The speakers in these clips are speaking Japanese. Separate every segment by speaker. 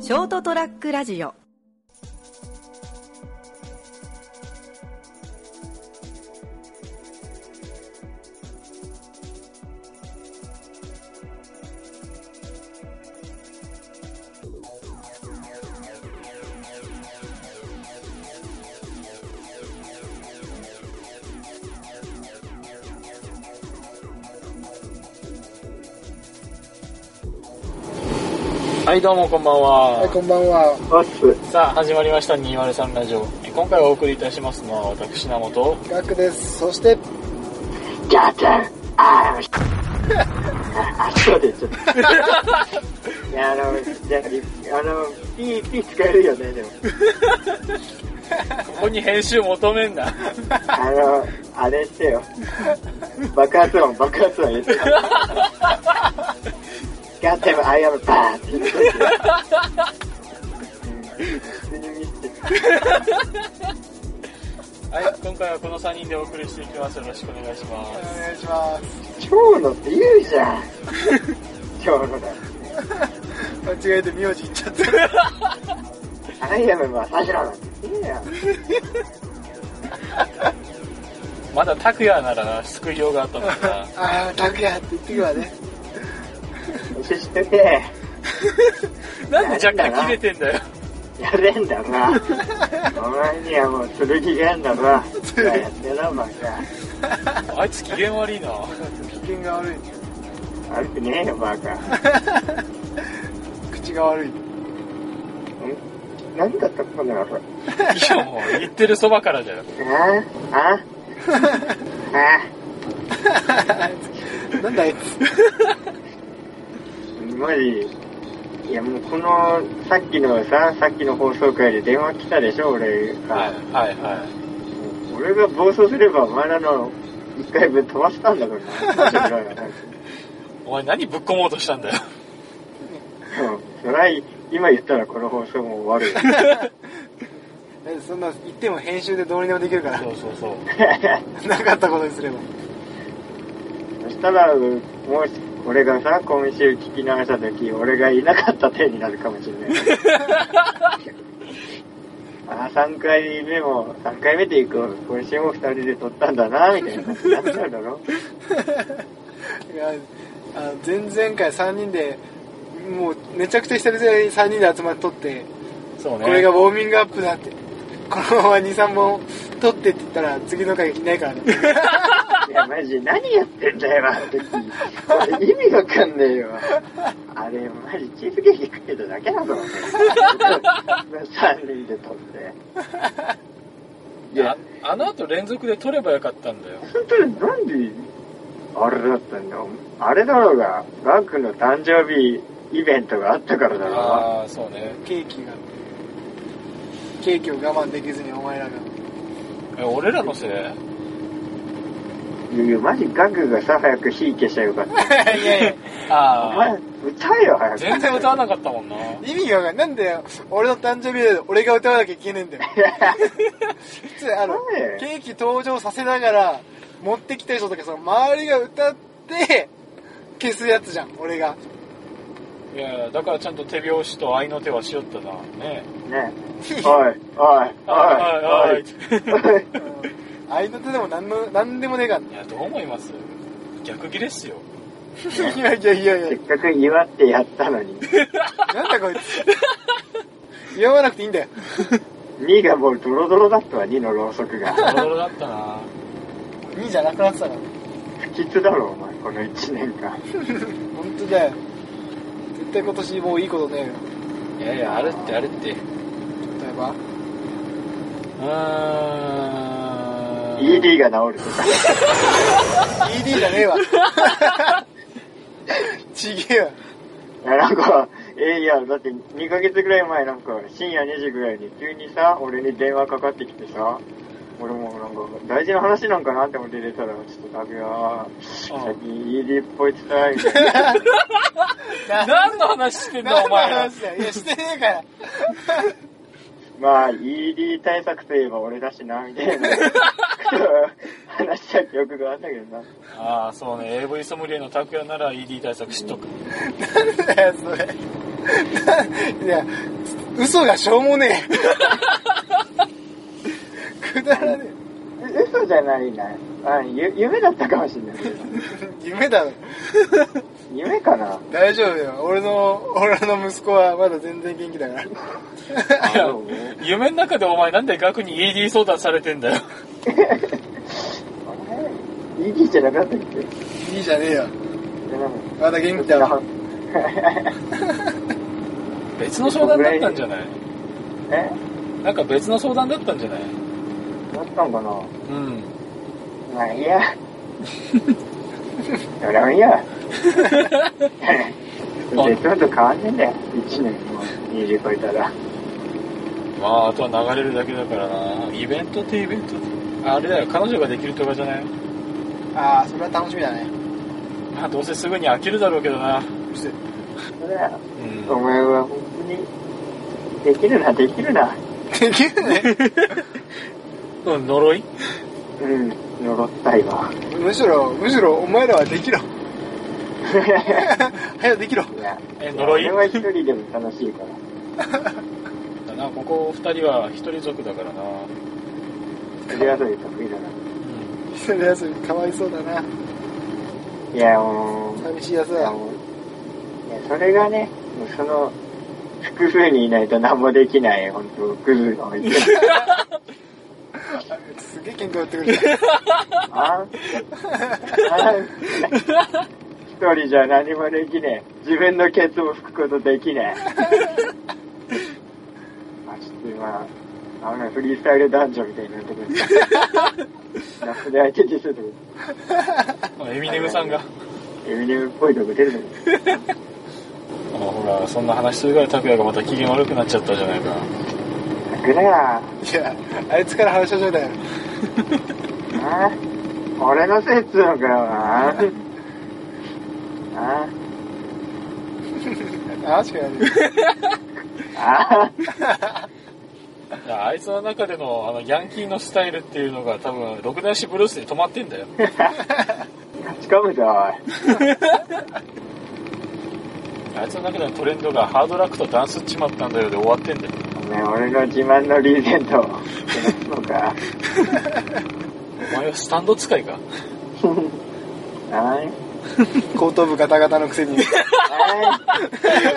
Speaker 1: ショートトラックラジオ
Speaker 2: はい、どうもこんばんは。
Speaker 3: はい、こんばんは。
Speaker 4: ワッツ、
Speaker 2: さあ、始まりました、203ラジオ。え今回お送りいたしますのは、私、名本。
Speaker 3: ガクです。そして、
Speaker 4: ジャズ、アーム、あ、足が出ちゃった。いや、あの、じゃあ、あの、ピー、ピー使えるよね、でも。
Speaker 2: ここに編集求めん な。
Speaker 4: あの、あれしてよ。爆発音、爆発音入れて。ガッテム、アイアム、バーンって言ってたうん普通に見て
Speaker 2: はい、今回はこの3人でお送りしていきます。よろしくお願いしま
Speaker 3: お
Speaker 2: す。
Speaker 3: 願いします。
Speaker 4: 蝶野って言うじゃん。蝶野だ。
Speaker 3: 間違えて名字言っちゃった。
Speaker 4: アイアム、マサジロなんて言ってんよ。
Speaker 2: まだ拓也なら救いようがあったのかな。
Speaker 3: あー、拓也って言ってくわね。
Speaker 4: 一緒してて、
Speaker 2: なんで若干切れてんだよ。
Speaker 4: やれんだな。お前にはもう剣があんだな。やってな、バ
Speaker 2: あいつ機嫌悪いな。
Speaker 3: 機嫌が悪いんだよ。
Speaker 4: カ。悪くねえよ、バカ。ん
Speaker 3: 口が悪い。
Speaker 4: 何だったっぽんだろ、これ。
Speaker 2: いや、もう言ってるそばからだよ。
Speaker 4: ああああ
Speaker 3: なんだあいつ。
Speaker 4: マジ。いや、もうこの、さっきのさ、さっきの放送回で電話来たでしょ、俺
Speaker 2: はい
Speaker 4: が。、
Speaker 2: はい、はい。
Speaker 4: 俺が暴走すれば、お前らの一回分飛ばし たんだから。面白いな
Speaker 2: お前何ぶっ込もうとしたんだよ。
Speaker 4: うんそら、今言ったらこの放送も終わるよ。
Speaker 3: だってそんな言っても編集でどうにでもできるから
Speaker 2: そ。うそうそう。
Speaker 3: なかったことにすれば。
Speaker 4: そしたら、うんもし、俺がさ、今週聞き流したとき、俺がいなかった手になるかもしれない。あー、3回目も、3回目で行く。今週も2人で撮ったんだな、みたいな。なっちゃうだろ。
Speaker 3: いや、あの前々回3人で、もうめちゃくちゃ久々に3人で集まって撮って、
Speaker 2: そうね。
Speaker 3: これがウォーミングアップだって。このまま2、3本撮ってって言ったら次の回いないからね。
Speaker 4: いや、マジ、何やってんだよ、あの時。これ意味わかんねえよ。あれ、マジ、チーズケーキ食ってただけだぞ。3人で撮って。
Speaker 2: いや、あの後連続で撮ればよかったんだよ。
Speaker 4: 本当になんであれだったんだあれだろうがガクの誕生日イベントがあったからだろ
Speaker 2: ああ、そうね。
Speaker 3: ケーキが。ケーキを我慢できずにお前らが。
Speaker 2: え俺らのせい
Speaker 4: いやいやマジガクがさ早く火消しちゃよかった
Speaker 3: いやいや。
Speaker 4: お
Speaker 2: あ
Speaker 4: 前
Speaker 2: あ。
Speaker 4: 歌えよ早く
Speaker 2: 全然歌わなかったもんな。
Speaker 3: 意味がわかんない。なんで俺の誕生日で俺が歌わなきゃいけねえんだよ。普通、あの
Speaker 4: ね、え
Speaker 3: ケーキ登場させながら、持ってきた人とか、その周りが歌って、消すやつじゃん、俺が。
Speaker 2: いやだからちゃんと手拍子と愛の手はしよったな。ね
Speaker 4: ねおいおいおいおい
Speaker 3: 相手でもなんの、なんでもねえかん
Speaker 2: いや、どう思います逆ギレっすよ。
Speaker 3: いやいやいやい
Speaker 4: せ
Speaker 3: や
Speaker 4: っ、かく祝ってやったのに
Speaker 3: なんだこいつ。言わなくていいんだよ。
Speaker 4: 2がもうドロドロだったわ2のろうそくが
Speaker 2: ドロドロだったな。
Speaker 3: 2じゃなくなってたから。
Speaker 4: 不吉だろお前この1年間
Speaker 3: 本当だよ。絶対今年もういいことねえよ。
Speaker 2: いやいや、あれってあれって。う
Speaker 3: 例えば。
Speaker 2: ーん。
Speaker 4: ED が治るとか
Speaker 3: ED じゃねえわ。 ちげえわ。
Speaker 4: いや、なんか、えいや、だって2ヶ月ぐらい前なんか深夜2時ぐらいに急にさ、俺に電話かかってきてさ、俺もなんか大事な話なんかなって思って出たら、ちょっとダメは、最近 ED っぽいってさ、みたいな。
Speaker 2: 何の話してんだ、
Speaker 3: 何
Speaker 2: お
Speaker 3: の
Speaker 2: 前ら。
Speaker 3: 話だよ。いや、してねえから。
Speaker 4: まあ、ED 対策といえば俺だしな、みたいな。話した記憶があったけどな。
Speaker 2: ああ、そうね。AV ソムリエの拓也なら ED 対策しとく。
Speaker 3: なんだよ、それ。いや、嘘がしょうもねえ。くだらね
Speaker 4: う嘘じゃないな。あゆ夢だったかもしれない。
Speaker 3: え。夢だろ。
Speaker 4: 夢かな
Speaker 3: 大丈夫よ。俺の、俺の息子はまだ全然元気だから。
Speaker 4: あのね
Speaker 2: 夢の中でお前なんで額に ED 相談されてんだよ。
Speaker 4: あれ ?ED じゃなかったっけ
Speaker 3: いいじゃねえよ。まだ元気だわ。
Speaker 2: 別の相談だったんじゃない
Speaker 4: え
Speaker 2: なんか別の相談だったんじゃない
Speaker 4: だったんかな
Speaker 2: うん。
Speaker 4: まあいいや。どれもいいや。別のと変わんねえんだよ。1年も20超えたら。
Speaker 2: まあ、あとは流れるだけだからな。イベントってイベントあれだよ、彼女ができるとかじゃない
Speaker 3: ああ、それは楽しみだね。
Speaker 2: まあ、どうせすぐに飽きるだろうけどな。
Speaker 3: うるせえ
Speaker 4: そうだよ。
Speaker 2: うん。
Speaker 4: お前は本当に、できるな、できるな。
Speaker 3: できる ね。
Speaker 2: うん、呪い
Speaker 4: うん、呪った今。
Speaker 3: むしろ、むしろお前らはできろ。
Speaker 4: い
Speaker 3: 早くできろ。
Speaker 4: や、
Speaker 2: え、呪い
Speaker 4: 俺は一人でも楽しいから。
Speaker 2: だな、ここ二人は一人族だからな。
Speaker 4: 一人遊び得意だな。
Speaker 2: うん。
Speaker 3: 一人休みかわいそうだな。
Speaker 4: いや、もう、
Speaker 3: 寂しいやつ
Speaker 4: いや
Speaker 3: だ。
Speaker 4: もういやそれがね、もうその、複数にいないと何もできない、本当クズが多い。
Speaker 3: すげえ喧嘩売ってくるじゃん。
Speaker 4: あんあん一人じゃ何もできねえ。自分のケツも拭くことできねえ。あ、ちょっと今、あのフリースタイル男女みたいになってくる。ラップで相手にする。
Speaker 2: まあエミネムさんが。あ
Speaker 4: エミネムっぽいとこ出るのに。
Speaker 2: ほら、そんな話するから拓也がまた機嫌悪くなっちゃったじゃないか。
Speaker 4: 桜や、
Speaker 3: いや、あいつから話し始めたよ。
Speaker 4: あ俺のせいっつうのかよ、ああ
Speaker 3: ああしかない。
Speaker 4: あ
Speaker 2: いやあいつの中でのあのヤンキーのスタイルっていうのが多分、ろくなしブルースに止まってんだよ。
Speaker 4: 勝ち込むぞ、おい。
Speaker 2: あいつの中でのトレンドがハードラックとダンスっちまったんだよで終わってんだよ。
Speaker 4: お前、俺の自慢のリーゼントを。 そうか。
Speaker 2: お前はスタンド使いか。
Speaker 4: はい。
Speaker 3: 後頭部ガタガタのくせに。
Speaker 4: はい。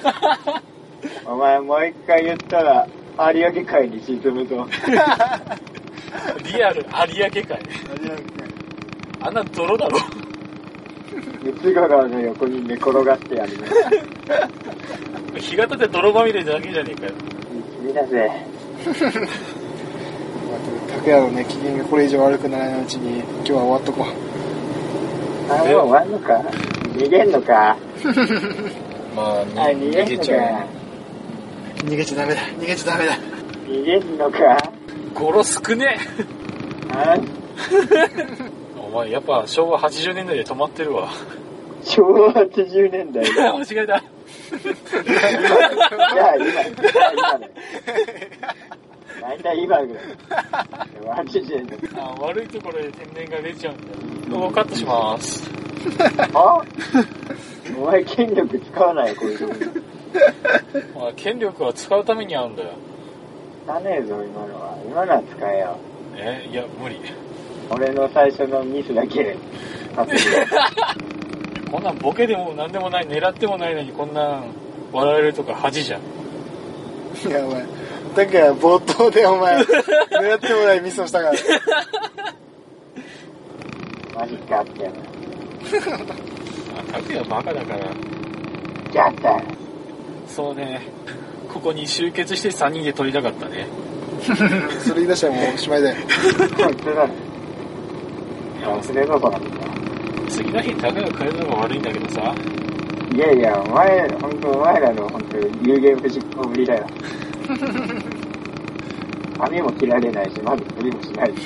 Speaker 4: お前、もう一回言ったら、有明海に沈むぞ。
Speaker 2: リアル有明海。あんな泥だろ。
Speaker 4: 三つ川の横に寝転がってやるね。
Speaker 2: 干潟で泥まみれだけじゃねえかよ。
Speaker 4: 君だぜ。
Speaker 3: 拓也のね、機嫌がこれ以上悪くならないうちに、今日は終わっとこ
Speaker 4: あ、もう終わんのか逃げんのか
Speaker 2: まあ、
Speaker 4: あ、逃げんのか
Speaker 3: う。逃げちゃダメだ。逃げちゃダメだ。
Speaker 4: 逃げんのか
Speaker 2: ゴロ少ねえ。
Speaker 4: あ
Speaker 2: お前やっぱ昭和80年代で止まってるわ。
Speaker 4: 昭和80年代。じ ゃ
Speaker 2: 間違えた。
Speaker 4: あ今、じゃあ今だよ。大体今 ぐらい。80年代。
Speaker 2: あ悪いところで天然が出ちゃうんだよ。もうカットします。
Speaker 4: あお前権力使わないよ、こういうとこ
Speaker 2: まあ、権力は使うためにあるんだよ。
Speaker 4: 使わねえぞ、今のは。今のは使えよ。
Speaker 2: え、いや、無理。
Speaker 4: 俺の最初のミスだけ。あと
Speaker 2: こんなんボケでも何でもない、狙ってもないのにこんなん笑われるとか恥じゃん。
Speaker 3: いや、お前。拓也、冒頭でお前、狙ってもないミスをしたから。
Speaker 4: マジかってやな。
Speaker 2: あ、拓也バカだから。
Speaker 4: やったよ。
Speaker 2: そうね。ここに集結して3人で撮りたかったね。
Speaker 3: それ言い出したらもうおしまいだよ。
Speaker 4: 本当だね。いや、忘れろ、この
Speaker 2: 次の日、拓也が帰るのが悪いんだけどさ。
Speaker 4: いやいや、お前、本当お前らの本当有言不実行ぶりだよ。髪も切られないし、まず振りもしないし。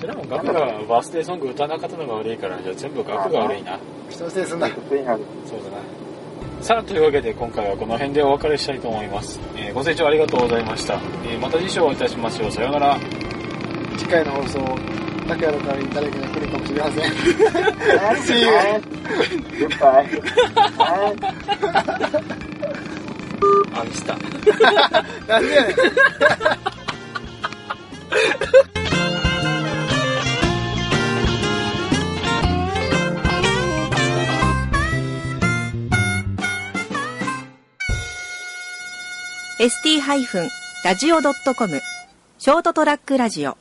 Speaker 2: それはもうガクがバースデーソング歌わなかったのが悪いから、じゃあ全部ガクが悪いな。
Speaker 3: 人のせいにすんな。
Speaker 4: 普通になる。
Speaker 2: そうだな。さあ、というわけで今回はこの辺でお別れしたいと思います。えーご清聴ありがとうございました。えーまた次週お会いいたしましょう。さようなら。
Speaker 3: 次回の放送、拓也の代わりに誰かが来るかもしれま せん。
Speaker 4: はい Goodbye. Bye.
Speaker 2: んつった。
Speaker 3: なんでやねん。
Speaker 1: ST-radio.com ショートトラックラジオ